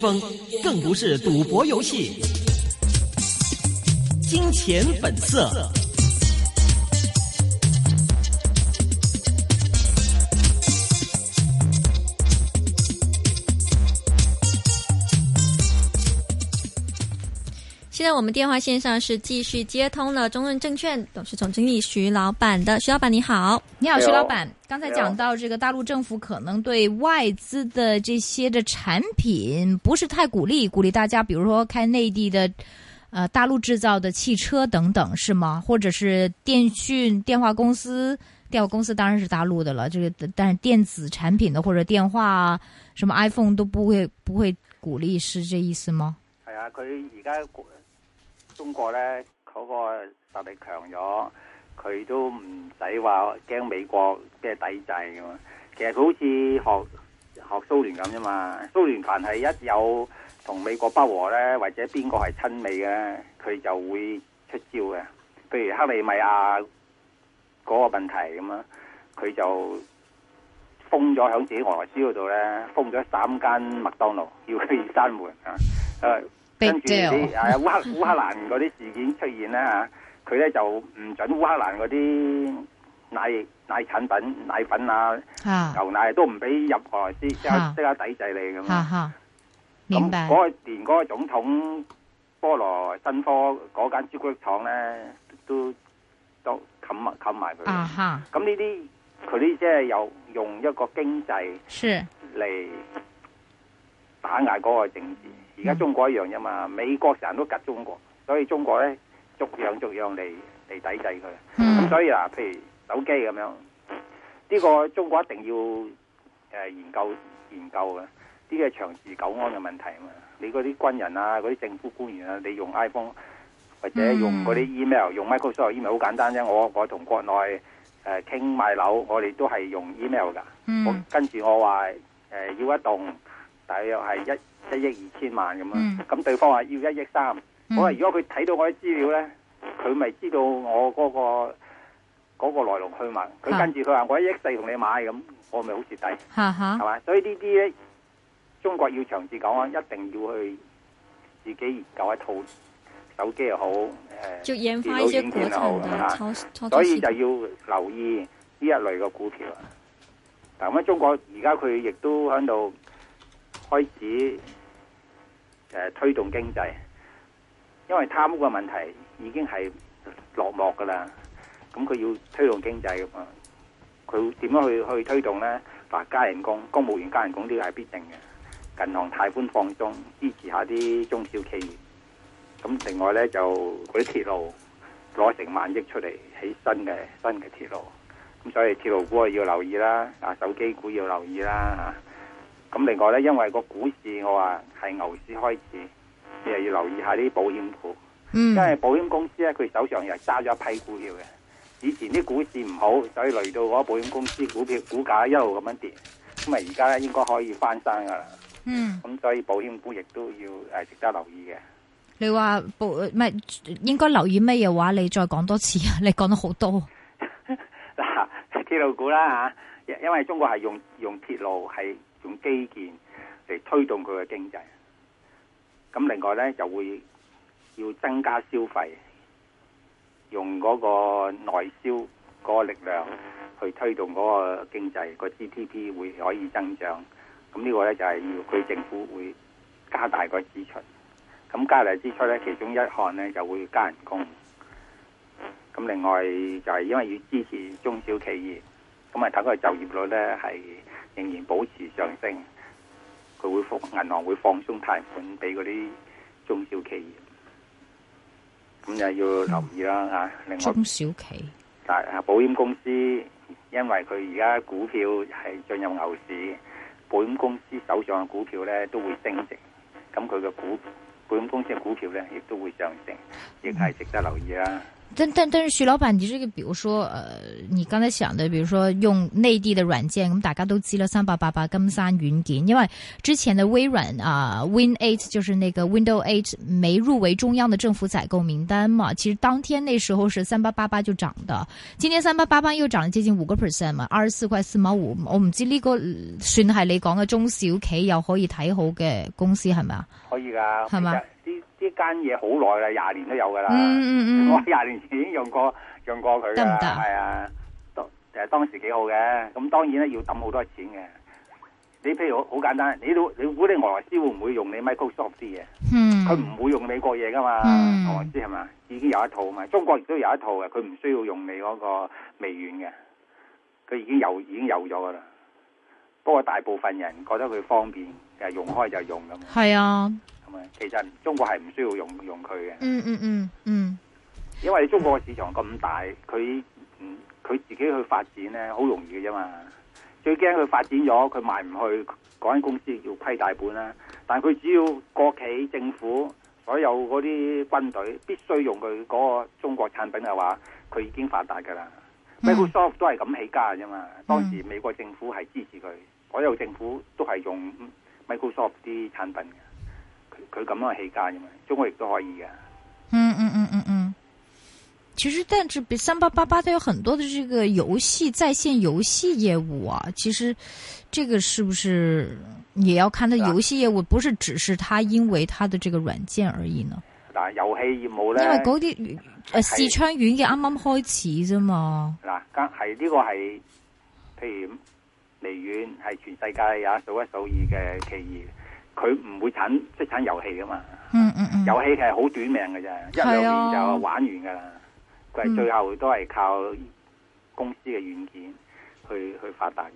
风更不是赌博游戏。金钱本色。现在我们电话线上是继续接通了中润证券董事总经理徐老板的，徐老板你好。你好，没徐有老板。刚才没有讲到这个大陆政府可能对外资的这些的产品不是太鼓励，鼓励大家，比如说开内地的，呃，大陆制造的汽车等等，是吗？或者是电讯、电话公司，电话公司当然是大陆的了，这个但是电子产品的或者电话啊什么 iPhone 都不会不会鼓励，是这意思吗？係啊，佢而家國中國咧嗰、個實力強咗，佢都唔使話驚美國即係抵制啊㗎嘛。其實佢好似學學蘇聯咁啫嘛。蘇聯凡係一有同美國不和咧，或者邊個係親美嘅，佢就會出招嘅。譬如克里米亞嗰個問題咁啊，佢就封咗響自己俄羅斯嗰度咧，封咗三間麥當勞，要佢閂門啊！誒， Big 跟住啲誒烏克烏克蘭嗰啲事件出現啦嚇，佢咧就唔準烏克蘭嗰啲奶奶產品、奶粉啊、啊，牛奶都唔俾入俄羅斯，即刻啊即刻抵制你咁哈啊！哈，明咁白。嗰個連嗰個總統波羅申科嗰間朱古力廠咧，都都冚埋冚埋佢。啊哈，咁呢啲佢呢即係又用一個經濟是嚟打壓嗰個政治。而家中國一樣啫嘛，美國成日都夾中國，所以中國咧逐樣逐樣嚟嚟抵制佢。咁嗯所以嗱，譬如手機咁樣，呢、個中國一定要誒、呃研究研究嘅，呢個係長治久安嘅問題啊嘛。你嗰啲軍人啊，嗰啲政府官員啊，你用 iPhone 或者用嗰啲 email，、用 Microsoft email 好簡單啫。我我同國內誒傾買樓，我哋都係用 email 㗎。我嗯跟住我話誒、呃要一棟，大約係一一億二千萬咁嗯啊。咁、對方話要一億三。我話嗯如果佢睇到我啲資料咧，佢咪知道我嗰、個嗰、個來龍去脈。佢啊跟住佢話我一億四同你買咁，我咪好蝕底，哈哈係。嘛？所以呢啲咧，中國要長治久啊安，一定要去自己研究一套手機又好，誒、就研发一些国产的操操作所系以就统。要留意呢一類嘅股票啊。嗱，咁啊，中國而家佢亦都喺度開始誒、呃推動經濟，因為貪污嘅問題已經係落幕噶啦。咁佢要推動經濟噶嘛，佢點樣去去推動呢？嗱，加人工，公務員加人工呢個係必定嘅。銀行貸款放鬆，支持下啲中小企業。咁另外呢，就嗰啲鐵路。攞成萬億出嚟起新嘅新嘅鐵路，咁所以鐵路股啊要留意啦，啊手機股要留意啦嚇。咁、另外咧，因為個股市我話係牛市開始，你又要留意下啲保險股，嗯因為保險公司咧佢手上又揸咗一批股票嘅。以前啲股市唔好，所以累到嗰保險公司股票股價一路咁樣跌，咁啊而家咧應該可以翻身噶啦。嗯。咁所以保險股亦都要誒、值得留意嘅。你話部唔係應該留意乜嘢話？你再講多次啊！你講得好多，嗱，鐵路股啦嚇，因因為中國係用用鐵路係用基建嚟推動佢嘅經濟，咁另外咧就會要增加消費，用嗰個內銷嗰個力量去推動嗰個經濟，個 GDP 會可以增長。咁呢個咧就係要佢政府會加大個支出。咁加大支出咧，其中一項咧就會加人工。咁另外就係因為要支持中小企業，咁啊等佢就業率咧係仍然保持上升，佢會放銀行會放鬆貸款俾嗰啲中小企業，咁又要留意啦嚇、另外中小企但係保險公司因為佢而家股票係進入牛市，保險公司手上嘅股票咧都會升值，嗯咁佢嘅股保險公司嘅股票咧亦都會上升，亦係值得留意啦。啊但但但是徐老板，你这个比如说呃，你剛才想的，比如說用內地的軟件，咁大家都知啦，三八八八金山軟件，因為之前的微軟啊、Win Eight 就是那個 Window Eight 沒入圍中央的政府採購名單嘛，其實當天那時候是三八八八就漲的，今天三八八八又漲了接近五個 percent 嘛，二十四塊四毛五，我唔知呢個算係你講嘅中小企又可以睇好嘅公司係咪啊？可以噶，係嘛其實呢呢間嘢好耐啦，廿年都有噶啦。嗯嗯我嗯，廿年前已經用過用過佢得噶唔啦，得係啊，當誒當時幾好嘅。咁當然咧要抌好多錢嘅。你譬如好好簡單，你都你估你俄羅斯會唔會用你 Microsoft 啲嘢？嗯，佢唔會用美國嘢噶嘛？嗯俄羅斯係嘛？已經有一套嘛，中國亦都有一套嘅，佢唔需要用你嗰個微軟嘅，佢已經有已經有咗噶啦。不過大部分人覺得佢方便，誒用開就用咁，係啊，咁啊，其實中國係唔需要用用佢嘅。嗯嗯嗯嗯，因為中國嘅市場咁大，佢嗯佢自己去發展咧，好容易嘅啫嘛。最驚佢發展咗，佢賣唔去，嗰間公司要虧大本啦。但係佢只要國企、政府、所有嗰啲軍隊必須用佢嗰個中國產品嘅話，佢已經發達㗎啦。嗯 Microsoft 都係咁起家嘅啫嘛。當時美國政府係支持佢，所有政府都係用 Microsoft 啲產品嘅。佢佢咁樣起家啫嘛，中國亦都可以嘅。嗯嗯嗯嗯嗯。其实，但是比三八八八它有很多的这个游戏在线游戏业务啊，其实这个是不是也要看它是啊游戏业务，不是只是它因为它的这个软件而已呢？嗱，遊戲業務因咧。为呃嗰啲诶係視窗院嘅啱啱開始啫嘛，嗱，間係呢個係，譬如微軟係全世界也數一數二嘅企業，佢唔會產即係產遊戲噶嘛，嗯嗯嗯，遊戲係好短命嘅啫，一係兩啊年就玩完噶啦，佢嗯係最後都係靠公司嘅軟件去去發達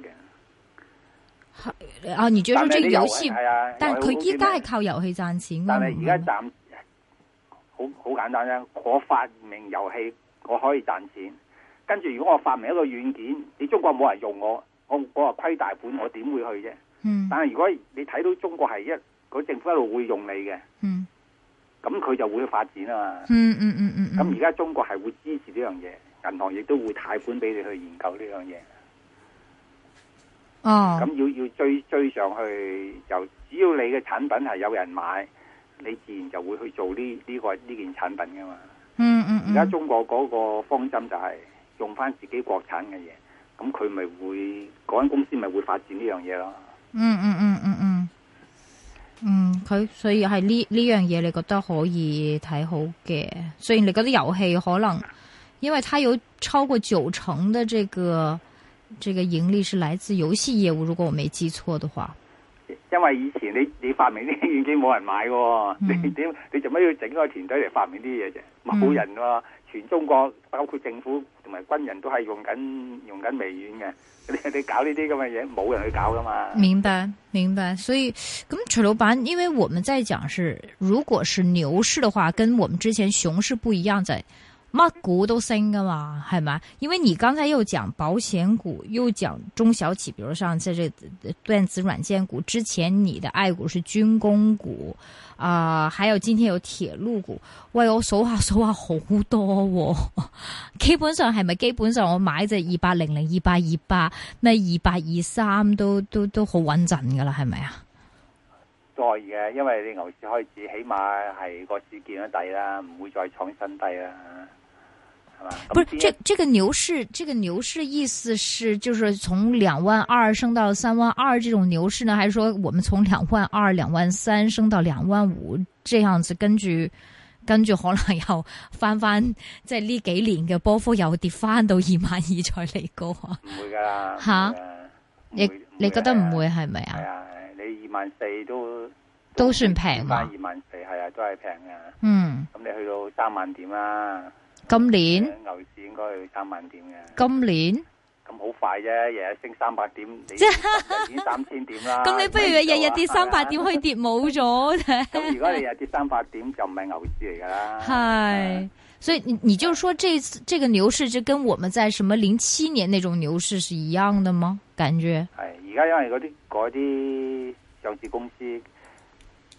嘅。啊，你覺得但這係個你遊遊戲戲，係啊，但係佢依家係靠遊戲賺錢㗎嘛但係而家嗯暫好好簡單啫。我發明遊戲，我可以賺錢。跟住如果我發明一個軟件，你中國冇人用我，我我話虧大本，我點會去啫？嗯但係如果你睇到中國係一個政府一路會用你嘅，嗯咁佢就會去發展啊嘛。嗯嗯嗯嗯，咁而家中國係會支持呢樣嘢，銀行亦都會貸款俾你去研究呢樣嘢。而哦咁要要追追上去，就只要你嘅產品係有人買，你自然就會去做呢呢、個呢件產品噶嘛。嗯嗯而嗯，家中國嗰個方針就係用翻自己國產嘅嘢，咁佢咪會嗰間公司咪會發展呢樣嘢咯。嗯嗯嗯嗯嗯，嗯，佢所以係呢呢樣嘢，你覺得可以睇好嘅。雖然你覺得遊戲可能，因為它有超過九成的這個这个盈利是來自遊戲業務，如果我沒記錯的話，因為以前你你發明啲軟件冇人買嘅喎，嗯你點你做乜要整個團隊嚟發明啲嘢啫？嗯冇人喎，全中國包括政府同埋軍人都係用緊用緊微軟嘅，你你搞呢啲咁嘅嘢冇人去搞噶嘛？明白明白。所以咁，徐老闆，因為我們在講是，如果是牛市的話，跟我們之前熊市不一樣，在乜股都升噶嘛，係咪？因為你剛才又講保險股，又講中小企，比如像在这电子软件股，之前你的爱股是军工股啊、还有今天有鐵路股。喂，我數下數下好多、喎。 基本上係咪基本上我買只二八零零、二八二八咩二八二三都都都好穩陣噶啦，係咪啊？再嘅，因為你牛市開始，起碼係個市見咗底啦，唔會再創新低啦，係嘛？咁不是，邊一這这个牛市，这个牛市意思是就是從两万二升到三万二这種牛市呢，還是說我們從兩万二、兩萬三升到兩萬五這樣子？跟住跟住可能又翻翻，即係呢幾年嘅波幅又跌翻到 二萬二再嚟高啊？唔會噶啦，吓唔會㗎你唔會你覺得唔？會㗎係咪啊係？啊，你二萬四都都算平嘛翻二萬四係啊，都係平嘅。嗯，咁你去到三萬點啦，今年。牛市應該去三萬點嘅。今年，咁好快啫，日日升三百點，你已經三千點啦。 咁你不如日日跌三啊百點，可以跌冇咗嘅。咁如果你日日跌三百點，就唔係牛市嚟㗎啦。嗨，所以你你就说这次这个牛市，就跟我们在什么零七年那种牛市是一样的吗？感觉，係而家因為嗰啲嗰啲上市公司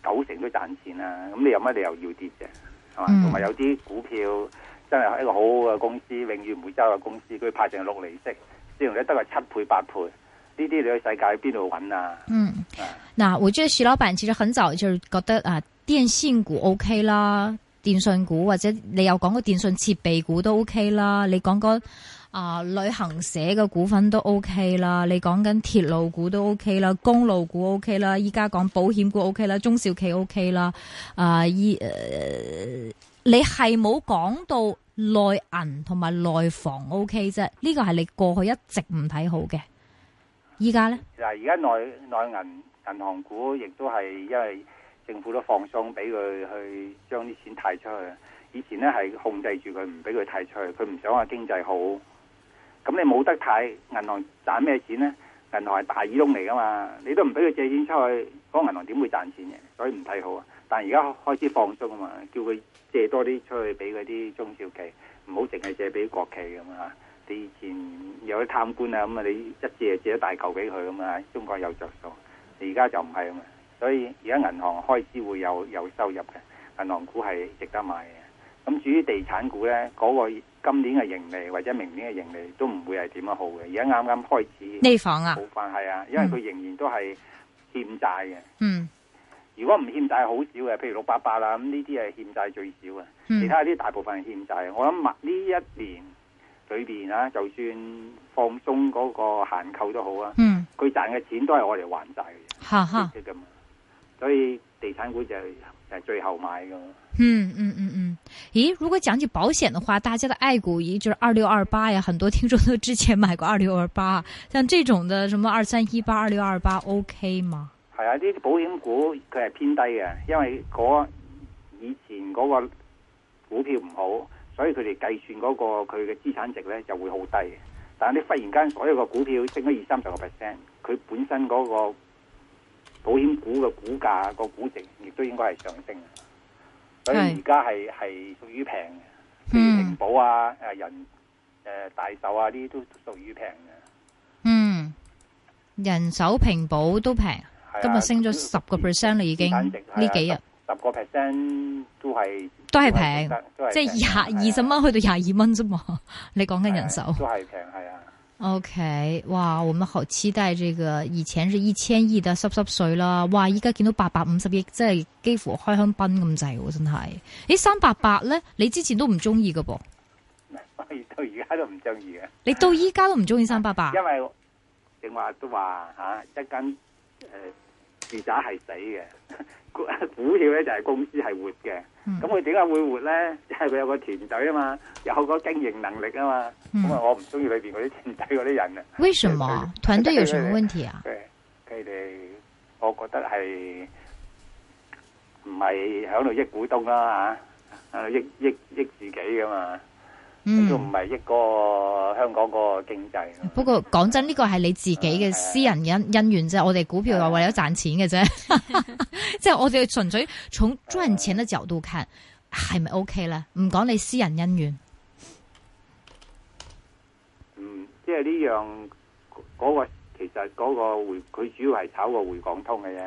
啊九成都賺錢啦，咁你有乜理由要跌啫？係嘛？嗯同埋有啲股票真係一個好好嘅公司，永遠唔會執嘅公司，佢派成六厘息，市盈率得個七倍八倍，呢啲你去世界邊度揾啊？嗯，嗱，我覺得徐老闆其實很早就覺得啊，電信股 OK 啦，電信股或者你又講個電信設備股都 OK 啦，你講個啊旅行社嘅股份都 OK 啦，你講緊鐵路股都 OK 啦，公路股 OK 啦，依家講保險股 OK 啦，中小企 OK 啦，啊依誒你係冇講到內銀同埋內房 OK 啫，呢個係你過去一直唔睇好嘅，依家咧？嗱，而家內內銀銀行股亦都係因為政府都放鬆，俾佢去將啲錢貸出去。以前咧係控制住佢，唔俾佢貸出去，佢唔想話經濟好。咁你冇得貸，銀行賺咩錢咧？銀行係大耳窿嚟噶嘛，你都唔俾佢借錢出去，嗰、個銀行點會賺錢嘅？所以唔睇好啊。但而家開始放鬆啊嘛，叫佢借多啲出去俾嗰啲中小企，唔好淨係借俾國企咁啊。你以前有啲貪官啊，咁啊你一借就借一大嚿俾佢咁啊，中國有着數。你而家就唔係啊嘛，所以而家銀行開支會有有收入嘅，銀行股係值得買嘅。咁至於地產股呢，嗰、個今年嘅盈利或者明年嘅盈利都唔會係點樣好嘅。而家啱啱開始內房啊好，翻係啊，因為佢仍然都係欠債嘅。嗯如果唔欠債好少嘅，譬如六八八啦，咁呢啲係欠債最少嘅。其嗯他啲大部分係欠債。我諗呢一年裏邊啊，就算放鬆嗰個限購都好啊，嗯，佢賺嘅錢都係我哋還債嘅哈哈啫，，即係咁。所以地產股就係就係最後買噶嘛。嗯嗯嗯嗯。咦，如果講起保險的話，大家的愛股一就是二六二八呀，很多聽眾都之前買過二六二八，像這種的什麼二三一八、二六二八，OK 嗎？係啊，呢啲保險股佢係偏低嘅，因為嗰以前嗰個股票唔好，所以佢哋計算嗰、個佢嘅資產值咧就會好低嘅。但係你忽然間所有嘅股票升咗二三十個 percent，佢本身嗰個保險股嘅股價、個估值亦都應該係上升嗯嘅。所以係而家係係屬於平嘅，譬嗯如平保啊、誒人誒、大手啊呢啲都屬於平嘅。嗯，人手平保都平，係啊今日升咗十個 percent 啦，已經資產值係呢啊幾日十個 percent 都係都係平，，都即係廿平二十，蚊去到廿二蚊啫嘛。你講緊人係啊手都係平係 啊。 ，OK，哇，我們好期待這個以前是一千億嘅濕濕碎啦，哇，依家見到八百五十億，真係幾乎開香檳咁滯喎，真係。咦，三八八咧，你之前都唔中意嘅噃，所以到而家都唔中意嘅，你到依家都唔中意三八八，因為正話都話嚇、啊一間誒、呃住宅係死嘅， 股股票咧就係公司係活嘅。嗯咁佢點解會活 咧？就係、佢有個團隊啊嘛，有個經營能力啊嘛。咁啊、嗯，我唔中意裏邊嗰啲團隊嗰啲人啊。為什麼團隊有什麼問題啊？佢佢哋，我覺得係唔係喺度益股東啦嚇，喺度益益益自己噶嘛，嗯都。唔係益嗰個香港嗰個經濟㗎嘛。不過講真，呢個係你自己嘅私人恩恩怨啫。我哋股票係為咗賺錢嘅啫， 即係我哋純粹從賺錢嘅角度看，係咪 OK 咧？唔講你私人恩怨，嗯，即係呢樣嗰、個其實嗰個回佢主要係炒個回港通嘅啫。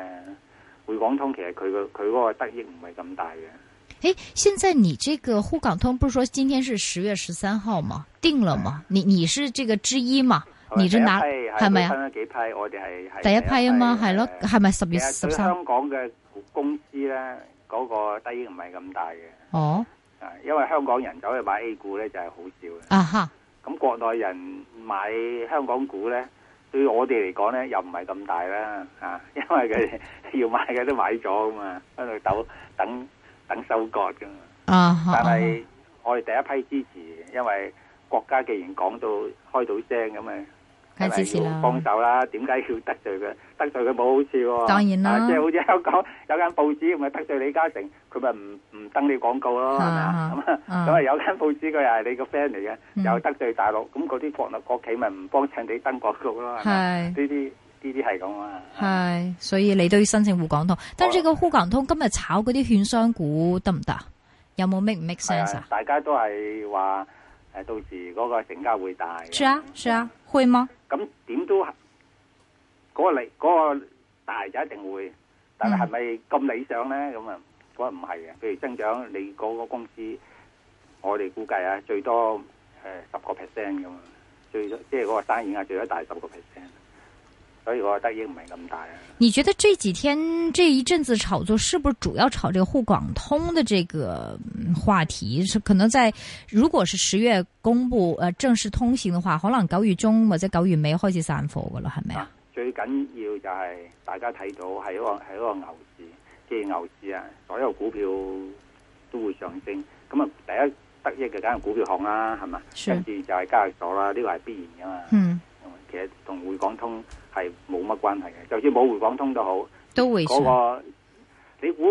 回港通其實佢個佢嗰個得益唔係咁大嘅。誒，現在你這個滬港通不是說今天是十月十三號嗎？定了嗎？你你是這個之一嘛？你係是拿係係咪咪啊啊？分咗幾批，我哋係係第一批啊嘛，係咯，誒係咪十其月實十對三？香港嘅公司咧，嗰、個低唔係咁大嘅，哦，啊，因為香港人走去買 A 股咧就係好少嘅。啊哈，咁國內人買香港股咧，對我哋嚟講咧又唔係咁大啦，啊，因為佢哋 要買嘅都買咗噶嘛，喺度等等等收割噶嘛。啊哈，但啊哈係我哋第一批支持，因為國家既然講到開到聲咁啊。梗係支持啦要。幫手啦，點解要得罪佢？ 得罪佢冇好處喎、當然啦啊即係好似香港 有間報紙咪得罪李嘉誠，佢咪唔唔登你廣告咯，係咪啊？咁啊，啊咁啊有間報紙佢又係你個 friend 嚟嗯嘅，又得罪大陸，咁嗰啲國內國企咪唔幫襯你登廣告咯，係咪啊？係呢。啲呢啲係咁啊。系，所以你都要申請滬港通。但係呢個滬港通今日炒嗰啲券商股得唔得啊？有冇 make 唔 make 係 sense 啊啊？大家都係話誒，到時嗰個成交會大嘅。是啊，是啊，會嗎？咁點都係嗰、個理嗰、個大就一定會，但係係咪咁理想咧？咁啊，嗰個唔係嘅。譬如增長，你嗰個公司我哋估計啊，最多誒十個 percent 咁啊，最多即係嗰個生意額最多大十個 percent，所以我覺得得益唔係咁大啊。你觉得这几天这一阵子炒作是不是主要炒这个沪港通的这个嗯话题？是可能在如果是十月公布呃正式通行嘅話，可能九月中或者九月尾開始散貨噶啦，係咪啊？最緊要就係大家睇到係一個係一個牛市，既然牛市啊，所有股票都會上升。咁啊，第一得益嘅梗係股票行啦，係嘛？是跟住就係交易所啦，呢個係必然噶嘛。嗯，其實同匯港通係冇乜關係嘅，就算冇匯港通都好，都會上。嗰、個你估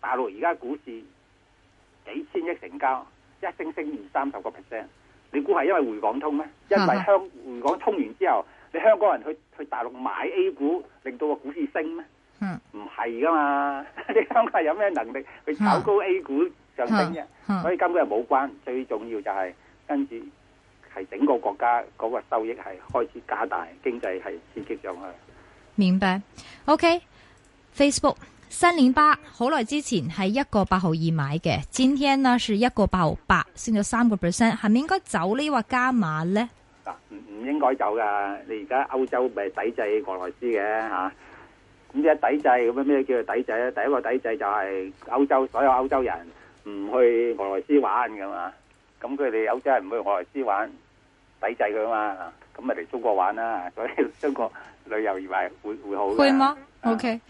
大陸而家股市幾千億成交，一升升二三十個 percent，你估係因為匯港通啊咩？因為香匯港通完之後，你香港人去去大陸買 A 股，令到個股市升咩？嗯，唔係噶嘛， 你香港人有咩能力去炒啊高 A 股上升啫？嗯所以根本係冇關，最重要就係跟住係整個國家嗰個收益係開始加大，經濟係刺激上去。明白。OK，Facebook、三零八好耐之前係一個八毫二買嘅，今天呢是一個八毫八，升咗三個 percent，係咪應該走呢？或加碼呢？嗱，唔唔應該走噶。你而家歐洲咪抵制俄羅斯嘅嚇，咁一抵制咁樣咩叫做抵制咧？第一個抵制就係歐洲所有歐洲人唔去俄羅斯玩噶嘛，咁佢哋歐洲人唔去俄羅斯玩，抵制佢啊嘛，咁咪嚟中國玩啦。所以中國旅遊業係會會好嘅。会吗啊？OK，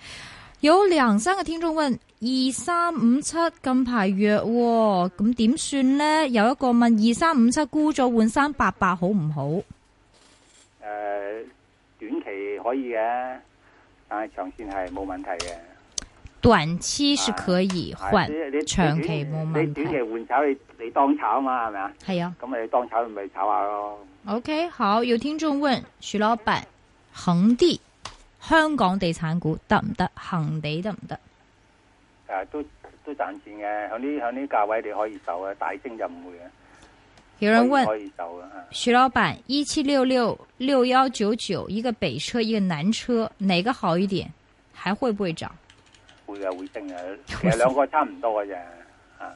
有梁生嘅聽眾問：二三五七近排弱、喎，咁點算呢？有一個問：二三五七沽咗換三八八好唔好？誒、呃短期可以嘅，但係長線係冇問題嘅。短期是可以係換即，啊係你你長期短冇問你短題。期換炒，你你當炒啊嘛，係咪啊？係啊咁你當炒咪炒下咯。 ，OK，好。有聽眾問徐老闆，恒地香港地產股得唔得？恒地得唔得？誒、都都賺錢嘅，響呢響呢價位你可以守嘅，大升就唔會嘅。有人可以問可以守嘅，啊徐老闆，一七六六六幺九九，一个北车，一个南车，哪个好一點？還會不會漲？會嘅會升嘅。其實兩個差唔多嘅啫。啊，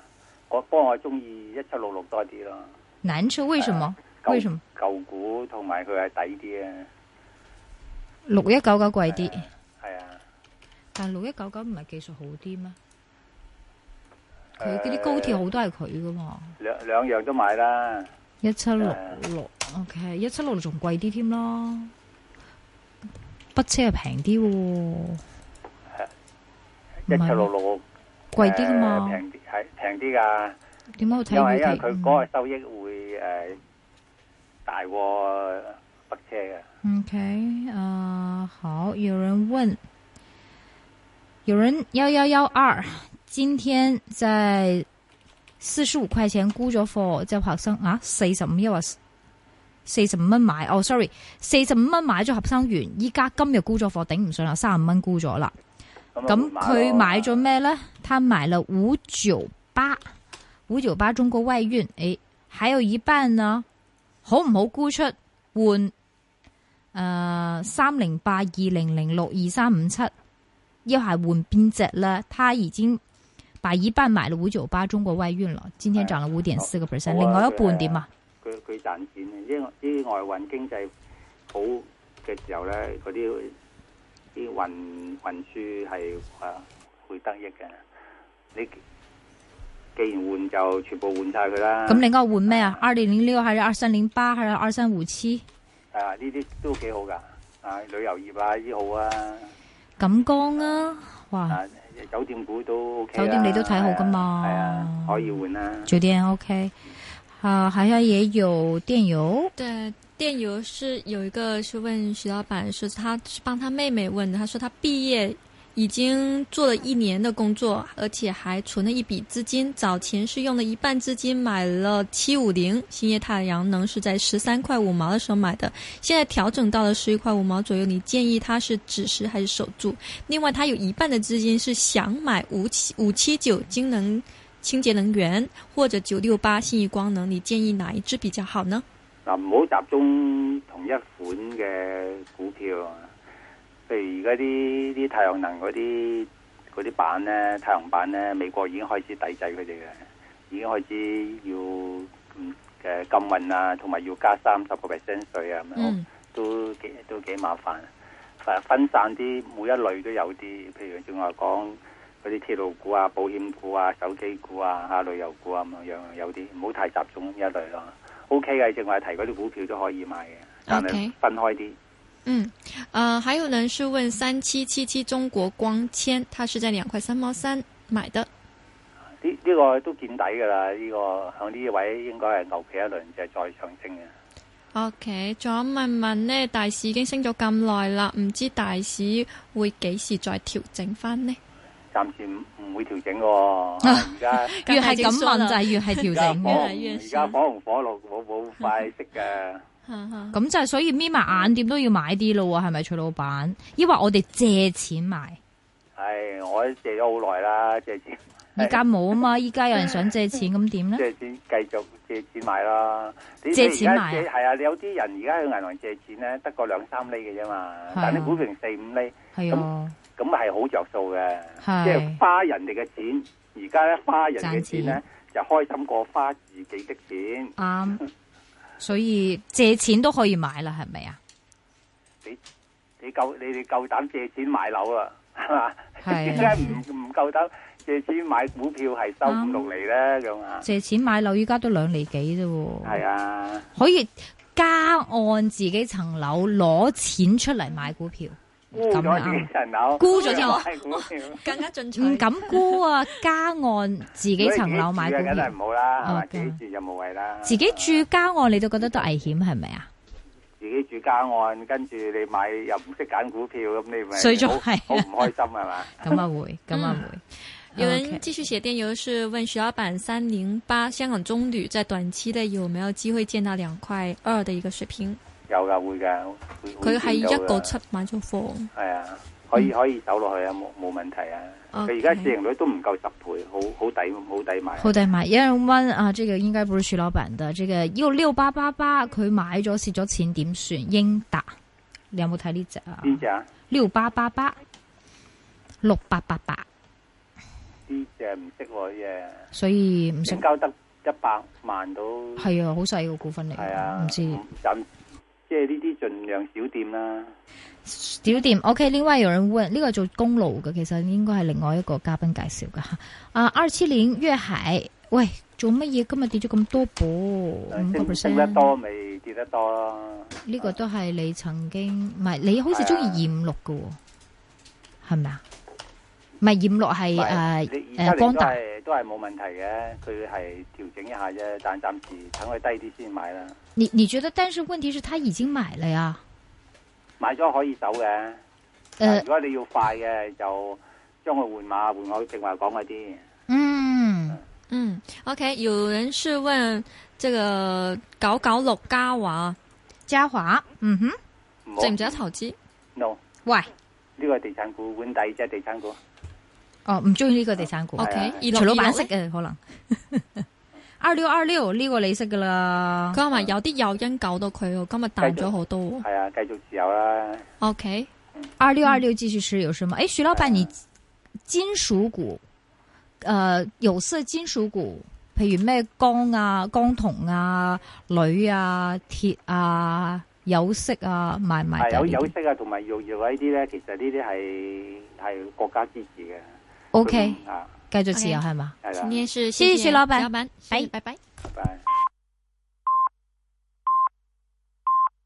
我不過我中意一七六六多啲咯。南車為什麼？舊為什麼？舊股同埋佢係抵啲嘅。六一九九貴啲，係啊。但六一九九唔係技術好啲咩？佢嗰啊誒啲高鐵好多係佢噶嘛，兩兩樣都買啦。一七六誒六，OK，一七六六仲貴啲添啦，北車係平啲喎， 一七六六貴啲噶嘛？平啲係平啲㗎，點解我睇嗯因為因為預佢期嗰個收益會誒、呃大過北車嘅。嗯？OK，啊、好，有人問，有人幺幺幺二，今天在四十五塊錢沽咗貨，之後學生啊四十五，因為四十五蚊買，哦，sorry，四十五蚊買咗合生元，依家今日沽咗貨，頂唔順啦，三十五蚊沽咗啦。咁咁啊佢買咗？咩呢？他買了五九八，五九八中國外運，诶，還有一半呢，好唔好沽出換？诶，三零八、二零零六、二三五七，要係換邊只呢？他已經把一半買了五九八中國外運了，今天漲了五點四個 percent，好啊另外一半點啊？佢佢賺錢嘅，因為啲外運經濟好嘅時候咧，嗰啲啲運運輸係啊會得益嘅。你既然換就全部換晒佢啦。咁另外換咩啊？二零零六，還是二三零八，還是二三五七？啊呢啲都幾好㗎。啊，旅遊業啊，醫好啊，錦江啊，哇！啊，酒店股都 OK 啦酒店你都睇好㗎嘛係啊，可以換啦。酒店 OK，啊，好像也有电邮，对，电邮是有一个是问徐老板，是他是帮他妹妹问的，他说他毕业已经做了一年的工作，而且还存了一笔资金，早前是用了一半资金买了七五零兴业太阳能，是在十三块五毛的时候买的，现在调整到了十一块五毛左右，你建议他是止蚀还是守住？另外，他有一半的资金是想买五七五七九金能。清洁能源或者九六八信义光能，你建议哪一支比较好呢？嗱，唔好集中同一款嘅股票啊。譬如而家啲啲太陽能嗰啲嗰啲板咧，太陽板咧，美國已經開始抵制佢哋嘅。已經開始要嗯嘅禁運啊，同埋要加三十個 percent 税啊，咁樣、嗯都幾都幾麻煩。分分散啲，每一類都有啲，譬如正話講嗰啲鐵路股啊、保險股啊、手機股啊、嚇旅遊股啊咁樣樣有啲，唔好太集中一類咯。O K 嘅，正話提嗰啲股票都可以買嘅，但 OK 係分開啲。嗯，呃，还有人是问三七七七中国光纤，它是在两块三毛三买的。呢呢、個都見底㗎啦，呢、個響呢位應該係牛皮一輪就係再上升嘅。 OK，仲有問問呢，大市已經升咗咁耐啦，唔知大市會幾時再調整翻呢？暫時唔唔會調整喎、 而家越係咁問就係越係調而家 整火越嘅，嚟越紅而少家火紅火綠冇冇快息嘅，咁咁就係所以眯埋眼點都要買啲咯喎，係咪徐老闆？抑或我哋借錢買？係我借咗好耐啦，借錢而家冇啊嘛，依家有人想借錢咁點呢？ 借錢繼續借錢買啦。你借錢買啊你而家借係啊！你有啲人而家去銀行借錢咧，得個兩三厘嘅啫嘛，啊但係你股票四五厘，係啊，咁係好着數嘅，係即係花人哋嘅錢。而家咧花人嘅錢咧賺，就開心過花自己的錢。啱。所以借錢都可以買啦，係咪啊？你夠你哋夠膽借錢買樓啦，係嘛？係啊點解唔唔夠膽借錢買股票係收啱五六厘咧？咁 啊，借錢買樓依家都兩厘幾啫喎，係啊，可以加按自己層樓攞錢出嚟買股票，沽咁咗自啱己。層樓，沽咗之後買股票。更加進取。唔敢估啊！加按自己層樓買股 自己住嘅啊梗係票，唔好啦，係嘛？ OK 自己住就冇謂啦。自己住加按你都覺得都危險係咪啊？自己住家按，跟住你買又唔識揀股票，咁你咪衰咗好係啊好唔開心係嘛？ 咁啊會，咁啊會。有 OK 人继续写电邮是问徐老板，三零八香港中旅在短期内有没有机会见到兩塊二的一個水平？有噶會噶，會佢係會見一到個㗎七買咗貨。係啊，可以可以走落去啊，冇冇問題啊。佢 OK 而家市盈率都唔夠十倍，好好抵好抵買。好歹買，有人問啊，這個應該不是徐老闆的，這個要六八八八佢買咗蝕咗錢點算？英達，你有冇睇呢只啊？邊只啊？六八八八，六八八八，呢只唔識喎，呢所以唔只識成交得一百萬到，係啊，好細個股份嚟係啊，㗎，唔知。暫即係呢啲盡量少掂啦。小店，OK。另外有人問，呢、個做公路嘅，其實應該係另外一個嘉賓介紹噶吓。啊，二七零粵海，喂，做乜嘢？今日跌咗咁多噃，五嗯個升升得 percent。多咪跌得多咯。呢個都係你曾經，唔係你好似中啊意二五六嘅喎，係咪啊？唔係二五六唔係係你啊誒二誒七零光都大，係都係冇問題嘅，佢係調整一下啫，但暫時等佢低啲先買啦。你你覺得？但是問題是，他已經買了呀。買咗可以走嘅，誒、但如果你要快嘅就將佢換馬換我正話講嗰啲。嗯，嗯，OK，有人是問這個九九六嘉華嘉華，嗯哼，唔好值唔值得投資？ ？no，喂，呢個係地產股換第二隻 地產股，哦，唔中意呢個地產股。 OK，二徐六老二闆六識呢嘅可能。 二六二六呢個你識噶啦佢，係咪有啲誘因搞到佢喎？今日彈咗好多喎。係啊，繼續持有啦。 OK，二六二六繼續持有是嗎？誒，徐老闆，你金屬股，呃，有色金屬股，譬如咩鋼啊、鋼銅啊、鋁啊、鐵啊、有色啊，買唔買得係有呢啲有息啊，同埋藥藥啊呢啲咧，其實呢啲係係國家支持嘅。 ？OK，佢唔啊，繼續持有 OK 係嘛？係啦啊今。天是謝謝徐老闆老闆，拜拜拜。